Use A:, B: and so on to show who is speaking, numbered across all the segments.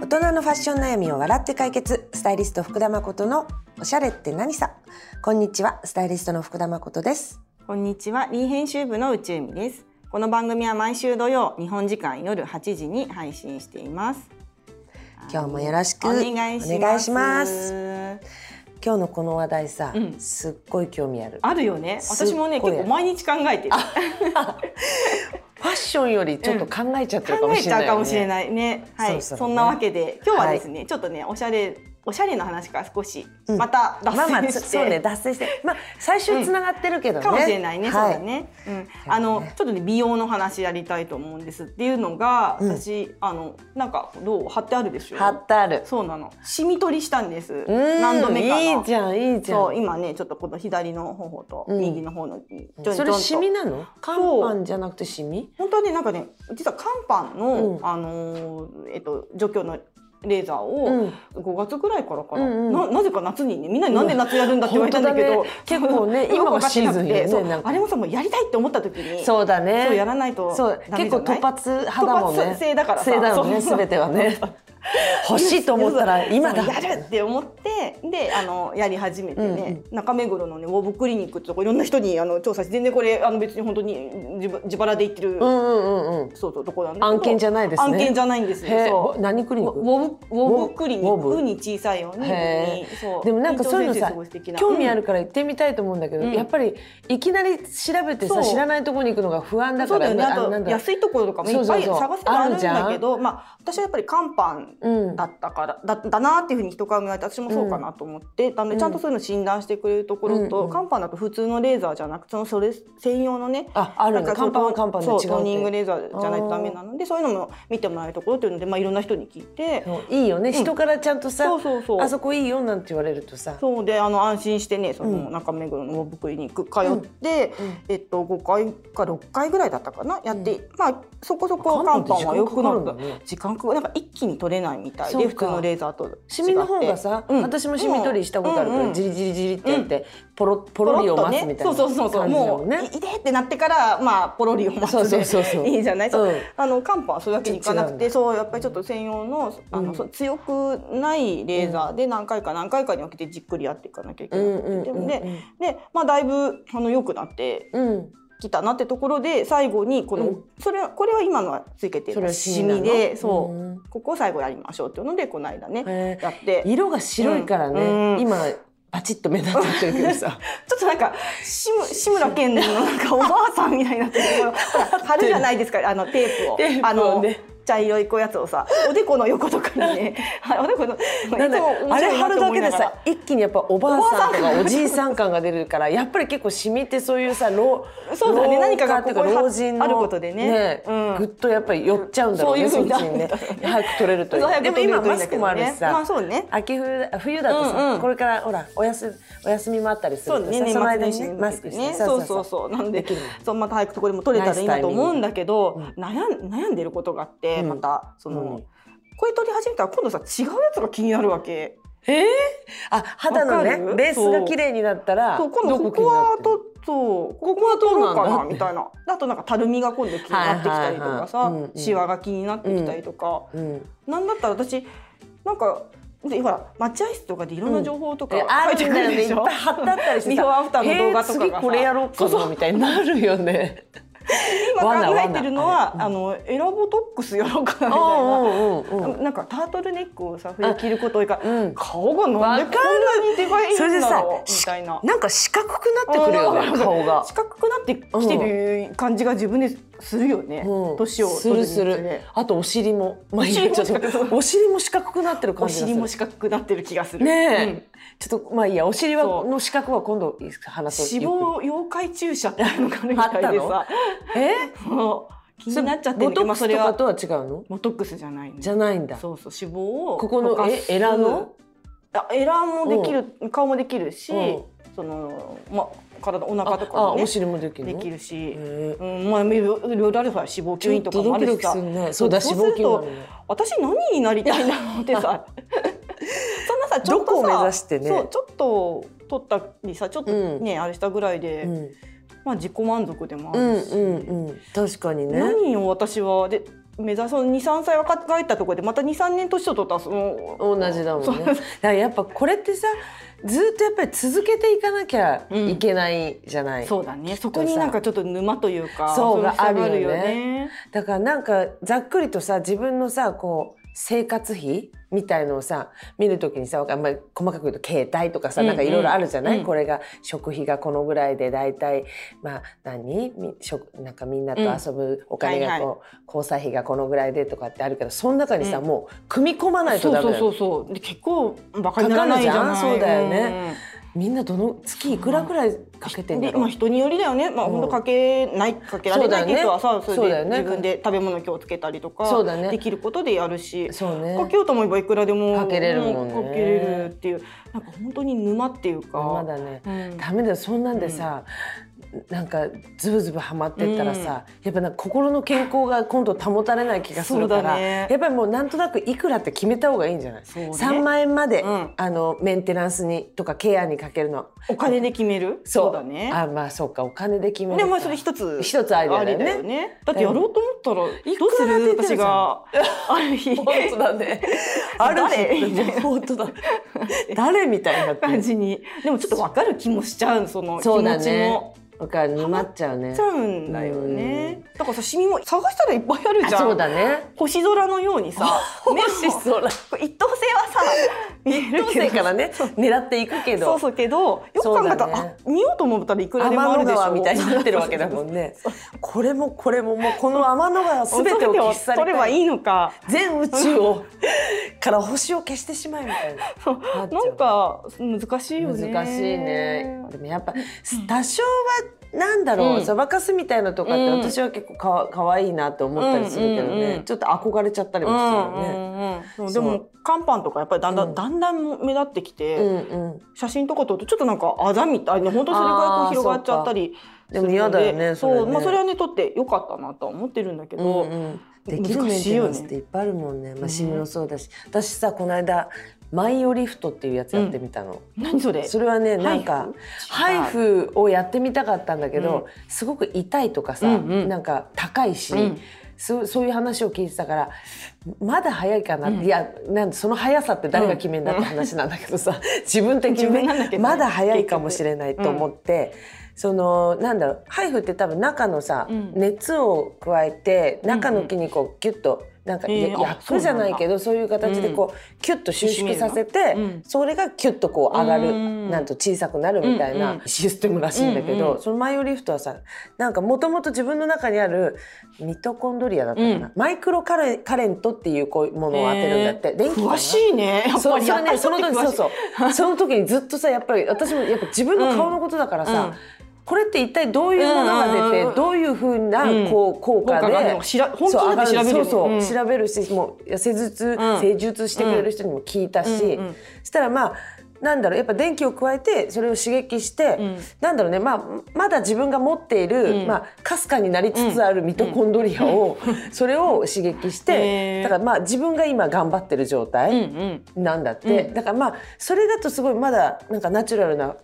A: 人のファッション悩みを笑って解決スタイリスト福田誠のおしゃれって何さこんにちはスタイリストの福田誠です
B: こんにちは、リー編集部の宇宙美です。この番組は毎週土曜、日本時間夜8時に配信しています。
A: 今日もよろしく
B: お願いします。
A: お願いします今日のこの話題さ、
B: うん
A: すっごい興味ある
B: あるよね。
A: すっごい
B: 私もね、結構毎日考えてる。
A: ファッションよりちょっと考えちゃってるか
B: 考
A: も
B: え
A: し
B: ち
A: れな
B: ゃ
A: いうよ
B: か
A: ね、
B: もしれないね。はい、
A: そ
B: そ
A: ろそろね
B: んなわけで、今日はですね、ちょっとね、おしゃれ、おしゃれの話から少し、
A: うん
B: また脱
A: まあまあ
B: 線
A: つ
B: して、
A: そうね脱線してまあ最終つながってるけどね、
B: かもしれないね、
A: は
B: そうだね、うん、
A: だね
B: あのちょっとね美容の話やりたいと思うんですっていうのが、
A: うん
B: 私あのなんかどう貼ってあるでしょ
A: 貼ってある
B: そうなのシミ取りしたんです
A: うーん
B: 何度目か
A: い
B: ない
A: じゃんいいじゃん
B: そう今ねちょっとこの左の方と
A: うん
B: 右の方のにちょんちょんと
A: それシミなの乾板じゃなくてシミ
B: 本当はねなんかね実は乾パン
A: う
B: の、
A: ん
B: あのーえっと除去のレーザー
A: う
B: を
A: ん
B: 5月ぐらいからかな、
A: うんうん
B: ななぜか夏にねみんなになんで夏やるんだって言われたんだけど、
A: 本当だね結構ね
B: よく
A: 今
B: わ
A: が
B: かって
A: シー
B: な
A: ズ
B: く
A: ン
B: て
A: よね
B: そう
A: なんか
B: あれもさもうやりたいって思った時に
A: そうだね
B: そうやらないと
A: そう
B: ダメ
A: 結
B: じゃ
A: 構
B: ない
A: 突発派だもん
B: 突
A: ね
B: 発性だからさ
A: 性だよね
B: そう
A: 全ては ね欲しいと思ったら今だ
B: そうやるって思ってであのやり始めてね、
A: う
B: 中目黒のねウォーブクリニックってとこいろんな人にあの調査して全然これあの別に本当に自分自腹で行って
A: うん
B: る、
A: うんうんうん
B: そうそうとこなんだけど
A: 案件じゃないですね
B: 案件じゃないんです
A: へ
B: よ
A: え
B: そう
A: 何クリ
B: ウ
A: ニ
B: ォ
A: ック
B: ウォブウォブクリニ
A: ウォブ
B: ックに小さいように
A: へ
B: そう
A: でもなんかそういうの
B: 伊藤先
A: さ
B: 生すご素敵な
A: 興味あるから行ってみたいと思うんだけど、
B: うん
A: やっぱりいきなり調べて
B: そ
A: さ
B: う
A: 知らないところに行くのが不安だか
B: そうだ
A: ら
B: よねあ
A: あのなんだろう
B: と安いところとかもいっ
A: そ
B: ぱ
A: う
B: い
A: そうそう
B: 探せばあるん
A: あ
B: だ
A: る
B: け
A: じ
B: どまあ私はやっぱり乾パン
A: うん
B: だったからだだなっていうふうに人から見られて私もそうかなと思って、だんだんちゃんとそういうの診断してくれるところ
A: うんう
B: と、
A: ん
B: カンパンだと普通のレーザーじゃなくてそのそれ専用のね
A: あある
B: なん
A: の
B: か
A: カンパンはカンパンで違う
B: そ
A: っ
B: う
A: て
B: トーニングレーザーじゃないとダメなのでそういうのも見てもらえるところというので、まあ、いろんな人に聞いて
A: そういいよね、人からちゃんとさ
B: そうそうそう
A: あそこいいよなんて言われるとさ
B: そうであの安心してねその
A: うん
B: 中目黒の僕に行く通って、
A: うんうん
B: えっと5回か6回ぐらいだったかなやって、まあそこそこ
A: 漢
B: 乾
A: 方
B: パ
A: って
B: ンは良くな
A: 時間かか
B: っ
A: るんだね
B: た時間かかなんか一気に取れないみたい
A: そう
B: で
A: か
B: 普通のレーザーと違って
A: シミの方がさ、
B: うん
A: 私もシミ取りしたことあるから、
B: うんうん
A: じりじりじりってやって、ポロポロリを待つみたいな
B: ポロッとねそうそうそうそう
A: 感じだも
B: も
A: ん
B: う、
A: ね。
B: いいでってなってからまあポロリを待つで
A: そうそうそうそう
B: いいじゃない、そう
A: うん
B: あの漢方はそれだけにいかなく
A: 違
B: てそうやっぱりちょっと専用のあの、
A: うん
B: そう強くないレーザーで何回か何回かに分けてじっくりやっていかなきゃいけなく
A: う
B: て、
A: んうんうんうん
B: でで、まあ、だいぶあの良くなって
A: うん、
B: きたなってところで最後にこの、
A: うん
B: それはこれは今のはつけて
A: それは
B: る
A: シ
B: シ
A: ミなの
B: ミでそう、
A: うん
B: ここを最後やりましょうっていうのでこの間ね、
A: へー
B: やって
A: 色が白いからね、
B: うんうん
A: 今パチッと目立っちゃってるけどさ
B: ちょっとなんか志村志村けんのなんかおばあさんみたいになってるほら 貼るじゃないですかあのテープを
A: テープを
B: あの
A: ね
B: 茶色いこうやつをさおでこの横とかにね はいおでこのいつも
A: なんで
B: 面
A: あれ
B: 白い
A: 貼
B: な
A: る
B: と
A: だ
B: 思い
A: け
B: な
A: で
B: がら
A: さ一気にやっぱおばあさんとかおじいさん感が出るからやっぱり結構シミってそういうさ老
B: そうだね
A: 老
B: 何かが
A: 化って
B: こ
A: い
B: こに
A: う
B: 貼
A: 老人の
B: あることでねうん
A: ぐっとやっぱり寄っちゃうんだろうね
B: そういう風にな
A: っち
B: る
A: に
B: ん
A: ね
B: だ
A: 早く取れるといい
B: 早く
A: でも
B: 取れ
A: 今
B: るといい
A: マ
B: んだ
A: ス
B: け
A: ク
B: どね
A: もあるしさ、
B: まあそうね
A: 秋冬だ冬だとさ、
B: うんうん
A: これからほらお休お休みもあったりす
B: そ
A: る
B: う
A: と
B: だ
A: さ
B: ね年
A: その
B: 末
A: 間
B: 年
A: に
B: 始
A: ね
B: に
A: マ
B: 向
A: ス
B: け
A: ク
B: て
A: して
B: ねそうそうそうなん
A: で
B: で
A: きるの
B: そうまた早くとこれも取れたらいいなと思うんだけど
A: ナイス
B: 悩ん悩んでることがあって
A: うん
B: またそ
A: うん
B: のこれ取り始めたら今度さ違うやつが気になるわけ。
A: えー、あ肌の
B: わか
A: ね
B: る
A: ベースが綺麗になったら
B: そう今度こ
A: 気に
B: こ
A: な
B: は
A: ってる
B: とそうここは取ろうかなみたいなあとなんかたるみが今度気になってきたりとか
A: はい
B: さ
A: はいはいうんうん
B: シワが気になってきたりとか、
A: うん
B: なんだったら私なんかでほら待合室とかでいろんな情報とか
A: いやあ
B: 書
A: る
B: い
A: んだ
B: て
A: よ
B: くる
A: ねい
B: で
A: っ
B: しょ、
A: ぱい貼ってあったりしてさ
B: ビフォーアフターの動画とかがさ
A: へー次これやろうかなみたいに なるよね
B: 今考
A: 罠
B: えてるのはあのエラボトックスやろうかなみたいな。
A: うんうんうん
B: なんかタートルネックをさ冬着ること多いから、
A: うん
B: 顔がなんでこんなにデカいん
A: それで
B: だ
A: さ
B: ろうみ
A: した
B: いな。
A: なんか四角くなってくるよ
B: うん
A: ね顔が
B: 四角くなってきてる感じが自分でするよね
A: うん
B: 年、を
A: す
B: 取
A: る
B: に
A: す
B: つれ
A: るあとお尻もまあいいや
B: お尻も
A: ちょっと
B: 四 角く
A: お尻も四角くなってる感じ
B: お
A: がする
B: 尻も四角くなってる気がする
A: ねえ、
B: うん
A: ちょっとまあいいやお尻は
B: そう
A: の四角は今度話そう
B: 脂肪溶解注射っていうのがあるみたいでさ
A: え
B: も う気になっちゃって
A: ボ
B: る
A: ト
B: けど
A: ッ
B: まあ
A: クス
B: そ
A: と
B: れ
A: か
B: は
A: とは違うの
B: ボトックスじゃないね
A: じゃないんだ
B: そうそう脂肪を
A: ここの
B: 溶か
A: え
B: す
A: エラの
B: あエラもできる、顔もできるし、
A: うん
B: そのまあ体お
A: あ
B: 腹とか
A: あ
B: もね
A: お尻もできるの
B: できるし、
A: へ
B: うん、まあいろいろいろあるさ脂肪吸引とかもあるし
A: ちょっ
B: さ
A: とドキドキするねそうだ
B: そうすると
A: 脂肪吸引もあるね
B: 私何になりたいなのって さそんなさちょ
A: ど
B: っとさ
A: こを目指してね
B: そうちょっと取ったりさちょっとね、あれしたぐらいで、
A: うん
B: まあ自己満足でもあ
A: うん
B: るし、
A: うんうん確かにね
B: 何を私はで目指そう23歳若返ったところでまた23年年を取ったらその
A: 同じだもん
B: そ
A: ねだからやっぱこれってさずっとやっぱり続けていかなきゃいけないじゃない、
B: そうだねそこになんかちょっと沼というか
A: そう
B: の差が
A: あるよね
B: ね
A: だからなんかざっくりとさ自分のさこう生活費みたいのをさ見るときにさあんまり細かく言うと携帯とかさ、
B: うん
A: なんかいろいろあるじゃない、
B: うん
A: これが食費がこのぐらいで大体まあ何み食なんかみんなと遊ぶお金がこう、交際費がこのぐらいでとかってあるけどその中にさ、
B: う
A: もう組み込まないと
B: そ
A: ダ
B: う
A: メだ
B: そう
A: よ
B: そうそうで結構バカにならないじゃない
A: かかるじゃんそうだよね、みんなどの月いくらぐらいかけて
B: うんん
A: だ
B: で
A: ろ
B: ま
A: う
B: あ、人によりだよね、まあ、
A: うん
B: 本当かけないかけられないって人はさそ,、
A: そうだよ
B: れで
A: ね
B: 自分で食べ物気をつけたりとか
A: そうだね
B: できることでやるし、
A: そうね
B: かけようと思えばいくらでも
A: かけれるもんね
B: うかけれるっていうなんか本当に沼っていうか、
A: まだね
B: うん
A: ダメだよそんなんでさ、なんかズブズブハマってったらさ、やっぱなんか心の健康が今度保たれない気がするか
B: そうだ
A: ら、
B: ね
A: やっぱりもうなんとなくいくらって決めた方がいいんじゃない、
B: そうね
A: 3万円まで、
B: うん
A: あのメンテナンスにとかケアにかけるの
B: お金で決める
A: そう
B: だね
A: あまあそうかお金で決める
B: で
A: か
B: もまあそれ一つ
A: 一つアイデアだよね
B: ありだってやろうと思ったら
A: い
B: どうす
A: くら出
B: る
A: てるじゃん
B: 私がある日
A: 本当だ ねある
B: 誰
A: 日って本当だ 誰みたいになって
B: 感
A: る
B: じにでもちょっと分かる気もしちゃうその気
A: そう
B: 持
A: だ
B: ち
A: ね
B: も
A: だから沼っちゃうね
B: しちゃうんだよねだからさシミも探したらいっぱいある
A: あ
B: じゃ
A: そうだ
B: ん
A: ね
B: 星空のようにさ 目も
A: そうだ
B: これ一等星は さ見える
A: どう
B: け
A: せ
B: ど
A: からね狙っていくけど
B: そうそうけどよく考えた
A: そうだ
B: ら、
A: ね
B: あ見ようと思ったらいくらでもあ
A: 天の
B: るでしょ
A: 川みたいになってるわけだもん ね。これもこれももうこの天の川すべ てを消し去り
B: 取れ
A: た
B: ば
A: い。
B: いいのか
A: 全宇宙をから星を消してしまえみたいな。
B: そう
A: なっちゃう
B: なんか難しいよね
A: 難しいね。でもやっぱ多少はなんだ
B: う
A: ろう、
B: ん
A: そばかすみたいなとかって
B: うん
A: 私は結構かわ可愛いなと思ったりするけど
B: うんうんう
A: ね
B: ん。
A: ちょっと憧れちゃったり
B: う
A: もする
B: ん
A: よ
B: う
A: ね。
B: んうんそう
A: そう
B: でも乾パンとかやっぱりだんだん、
A: うん
B: だんだん目立ってきて、
A: うんうん。
B: 写真とか撮るとちょっとなんかあざみたいね本当それがこ
A: あー
B: う広がっちゃったりす
A: で
B: るの
A: も
B: で
A: 嫌だよね。
B: そう
A: ね
B: まあそれはね撮ってよかったなとは思ってるんだけど、
A: うんうんできるメンテナンスっていっぱいあるもんね。まあシミもそうだし、私さこの間マイオリフトっていうやつやってみたの。
B: 何それ
A: それはねなんか
B: ハイ
A: ハイフをやってみたかったんだけど、すごく痛いとかさ、
B: うんうん
A: なんか高いし、
B: うん
A: そうそういう話を聞いてたからまだ早いかな、
B: うん
A: いやなんその速さって誰が決めんだって話なんだけどさ、 自分的
B: 自
A: に
B: 分なんだけどね
A: まだ早いかもしれないと思って、そのなんだろうハイフって多分中のさ、
B: うん
A: 熱を加えて中の筋肉をギュッとなんか、
B: えーあ
A: 焼くじゃないけどそういう形でこう、キュッと収縮させて、
B: うん
A: それがキュッとこう上がる、
B: うん
A: なんと小さくなるみたい
B: うん
A: な
B: う
A: システムらしいんだけど、
B: うんうん
A: そのマイオリフトはさなんかもともと自分の中にあるミトコンドリアだったかな、
B: うん
A: マイクロカレカレントっていうこうものを当てるんだって、電気かな
B: 詳しいねやっ
A: そ
B: ぱ
A: う
B: り
A: それねその時
B: やっぱり詳
A: そう
B: しい
A: そうその時にずっとさやっぱり私もやっぱ自分の顔のことだからさ、
B: うん
A: これって一体どういうものが出
B: うん
A: てどういうふうなこう効
B: 効果
A: 果
B: があるの
A: で
B: か知ら本気になって調べる
A: そう上が
B: よね
A: るそうそう、
B: うん
A: 調べるしもう施術、
B: うん
A: 施術してくれる人にも聞いたし、
B: うんうん
A: そしたらまあなんだろうやっぱ電気を加えてそれを刺激して、
B: うん
A: なんだろうね、まあ、まだ自分が持っている、
B: うん
A: まあ、かすかになりつつあるミトコンドリアを、それを刺激し
B: へ
A: て
B: ー
A: だからまあ自分が今頑張ってる状態、
B: うんうん
A: なんだって、だからまあそれだとすごいまだなんかナチュラルな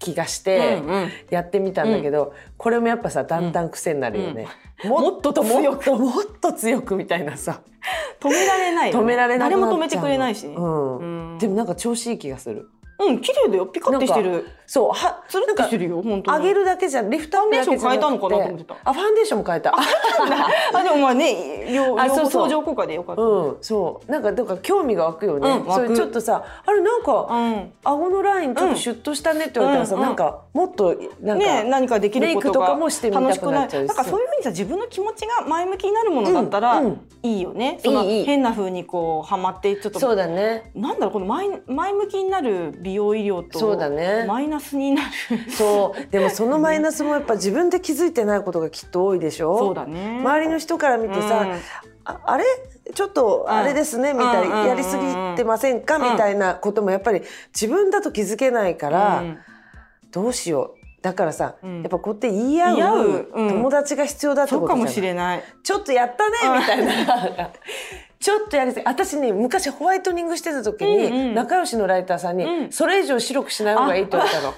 A: 気がして
B: うんうん
A: やってみたんだけど、これもやっぱさだんだん癖になるよね、もっともっともっと強くみたいなさ
B: 止められないよね
A: 止められなくなっちゃう
B: 誰
A: の
B: も止めてくれないしね
A: うん
B: うん
A: でもなんか調子いい気がする
B: うん綺麗だよピカってして
A: なん
B: る
A: かそうは
B: つる
A: なん
B: って
A: か
B: してるよ本当
A: 上
B: に
A: げるだけじゃリフトアップだけじゃなくて
B: ファンデーション変えたのかなと思ってた
A: あファンデーションも変えたあ
B: あでもまあね両
A: あ
B: 両
A: そう
B: 方
A: そう
B: 相乗効果でよかった
A: うんそうなんかだから興味が湧くよね、
B: うん湧く
A: それちょっとさあれなんか、
B: うん
A: 顎のラインちょっとシュッとしたねって言われたらさ、
B: うんうん
A: なんかもっとなんか、
B: ね、何かできる
A: メ
B: こと
A: イクとか
B: が
A: も
B: 楽
A: し
B: してく
A: みたくなっちゃうし
B: ないなんかそういうふうにさ自分の気持ちが前向きになるものだったら
A: うんうん
B: いいよね、その
A: いいいい
B: 変な風にこうハマってちょっと
A: そうだね
B: なんだろうこの前前向きになる美容医療と
A: そうだね
B: マイナスになる
A: そうでもそのマイナスもやっぱ自分で気づいてないことがきっと多いでしょ
B: そうだね
A: 周りの人から見てさ、
B: うん
A: ああれちょっとあれですね、
B: うん
A: みたい
B: うんうんう
A: なんやりすぎてませんか、みたいなこともやっぱり自分だと気づけないから、
B: うん
A: どうしようだからさ、
B: うん
A: やっぱこうやって言い合う
B: 言い合ううん
A: 友達が必要だって
B: そ
A: ことじゃ
B: うか
A: な
B: も
A: い
B: しれない
A: ちょっとやったねみたいな ちょっとやりすぎ私ね昔ホワイトニングしてた時に、
B: うんうん
A: 仲良しのライターさんに、
B: うん
A: それ以上白くしない方がいい」と言われたの。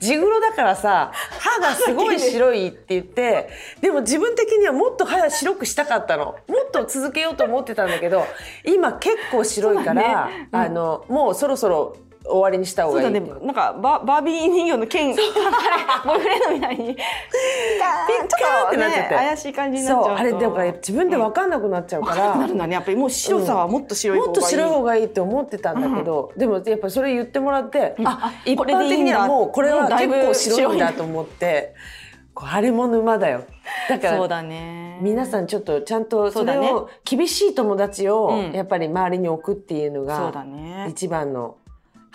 A: 地黒だからさ歯がすごい白いって言ってでも自分的にはもっと歯白くしたかったのもっと続けようと思ってたんだけど今結構白いから、
B: そうだねうん
A: あのもうそろそろ終わりにした方
B: そう
A: がいい
B: だ
A: って
B: ね
A: いう
B: なんかババービー人形の剣 ボイフレンドみたいにピ
A: ッカーンってなっちゃって
B: 怪しい感じになっち
A: そ
B: ゃ
A: う
B: うと
A: あれだから自分で分かんなくなっちゃうから、
B: なるんだねやっぱりもう白さはもっと白い方がい
A: も
B: い、
A: っと白い方がいいって思ってたんだけど、でもやっぱそれ言ってもらって、
B: うん
A: あ
B: あ
A: 一
B: これ
A: 般
B: でい
A: 的
B: いん
A: に
B: だ
A: はもうこれは
B: もうだ
A: 結
B: いぶ
A: 構白いん
B: 白
A: だ
B: い
A: と思ってこれあれも沼だよだか
B: そう
A: ら
B: だね
A: 皆さ
B: ん
A: んちょっとちゃんと
B: そ
A: そうれ
B: だね
A: を厳しい友達を
B: うん
A: やっぱり周りに置くっていうの
B: そうだ
A: が
B: ね
A: 一番の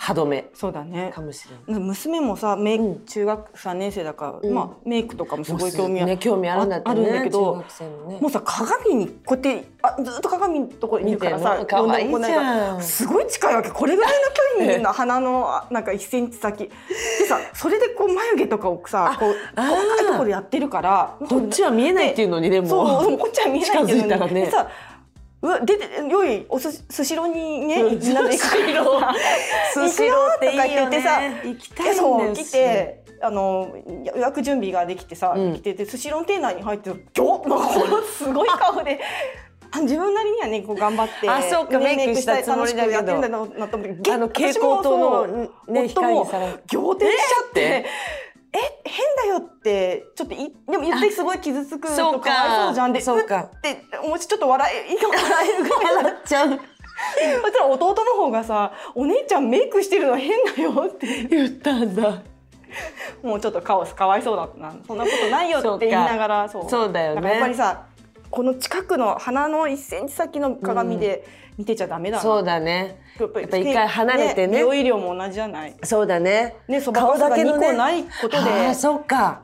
A: 歯止め
B: そうだね
A: かもしれない。
B: 娘もさメイク、
A: うん
B: 中学3年生だから、
A: うん
B: まあ、メイクとかもすごい興味ある、
A: ね、興味あるんだって
B: ああ
A: ね
B: るんだけど
A: 中学生のね
B: もうさ鏡にこうやってあずっと鏡のところにいるからさ
A: 見てるの
B: 呼んだも来ないから
A: 可愛いじゃん
B: すごい近いわけこれぐらいの距離にいるの鼻のあなんか1センチ先でさそれでこう眉毛とかをさこう
A: あー
B: 細かいところやってるから
A: こっちは見えないっていうのにでも
B: そうそうこっちは見えないけ
A: 近づいた
B: ど
A: らね
B: でさうわ出てよいおすスシローにねみんなで行くからさ
A: スシローっていいよね
B: 行くよとか
A: 行きたいんで
B: で
A: すよ
B: そう来てあの予約準備ができてさ、
A: うん
B: 来ててスシローの店内に入ってギョッなんかこ のすごい顔で。あ自分なりにはねこう頑張って、
A: あそうか
B: ね
A: メイクしたつもりだけど
B: 楽しくやってるんだななと思って
A: あの蛍光灯のね
B: 夫
A: 光
B: も
A: にさら われて
B: 仰天しちゃって
A: えーっ
B: 「え変だよ」ってちょっといでも言ってすごい傷つく
A: あそう
B: と
A: か
B: かわいそうじゃんで
A: そうか
B: ってもうちょっと笑い今笑えるぐらい
A: 笑っちゃう
B: そしたら弟の方がさ「お姉ちゃんメイクしてるの変だよ」って
A: 言ったんだ
B: もうちょっとカオスかわいそうだなそんなことないよ
A: そう
B: っ
A: か
B: て言いながらそう
A: そうだよね
B: からやっぱりさこの近くの鼻の1センチ先の鏡で見てちゃダメだな、
A: そうだね
B: やっぱ
A: やっぱ一回離れてね
B: 美容医療も同じじゃない
A: そうだね
B: ねそばかすが2個ないことで、
A: ああそうか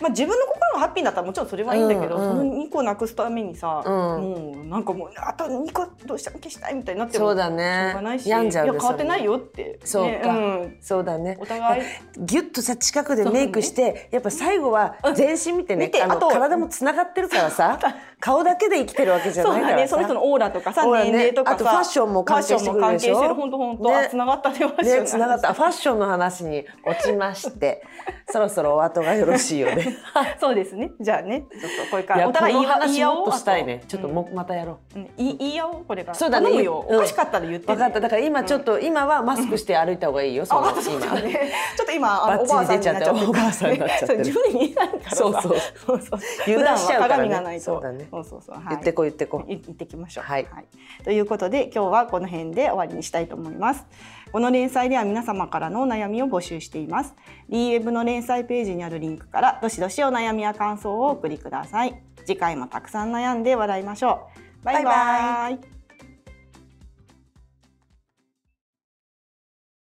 B: まあ、自分の心がハッピーだったらもちろんそれはいいんだけど、
A: うんうん
B: その2個なくすためにさ、
A: うん
B: もうなんかもうあと2個どうしたら消したいみたいになっても
A: そうだ
B: しょう
A: ね
B: がないし
A: 病んじゃうね
B: や変わってないよって
A: それ
B: ね
A: そうか、
B: うん
A: そうだね
B: お互い
A: ギュッとさ近くでメイクして、やっぱ最後は全身見てね、
B: 見て
A: あの
B: あと
A: 体もつながってるからさ顔だけで生きてるわけじゃ
B: そ
A: な
B: う
A: いか
B: だ
A: ら
B: ね、
A: さ
B: その人のオーラとかさ、
A: オーラね
B: 年齢とかさ
A: あとファッションも関係してくるでしょ
B: ファッションも関係してる本当本当、
A: ね
B: あ繋がったねファッション
A: ね、つながったあファッションの話に落ちまして そろそろお後がよろしいよね。
B: そうですねじゃあねちょっとこれか
A: い
B: ら
A: や
B: お互い
A: こ
B: 言
A: の
B: い合
A: 話
B: お
A: も
B: う
A: っとしたいね。ちょっと
B: うん
A: も、またやろう。
B: うん言い言い合おうこれから
A: そうだね
B: 頼むよ、
A: うん
B: おかしかったら言ってね
A: 分かっただから今ちょっと、今はマスクして歩いた方がいいよ、そ
B: あ、
A: の
B: わかったそうだ
A: 今
B: ね。 ちょっと今、あの
A: バッ
B: おばあ
A: チリ
B: さん
A: 出
B: に
A: ちゃ
B: な
A: っ
B: っててる。
A: おばあさんになっちゃってる
B: そう自分で言えないからさ。
A: そうそう
B: そうそう。
A: 油断
B: 普段
A: しちゃ
B: は
A: うからね
B: 鏡がないと。
A: そうだね
B: そうそうそう。はい
A: 言ってこう言ってこう
B: い行ってきましょう、
A: はい
B: ということで今日はこの辺で終わりにしたいと思いますこの連載では皆様からのお悩みを募集しています DWeb の連載ページにあるリンクからどしどしお悩みや感想をお送りください次回もたくさん悩んで笑いましょうバイバ
A: バイ
B: イ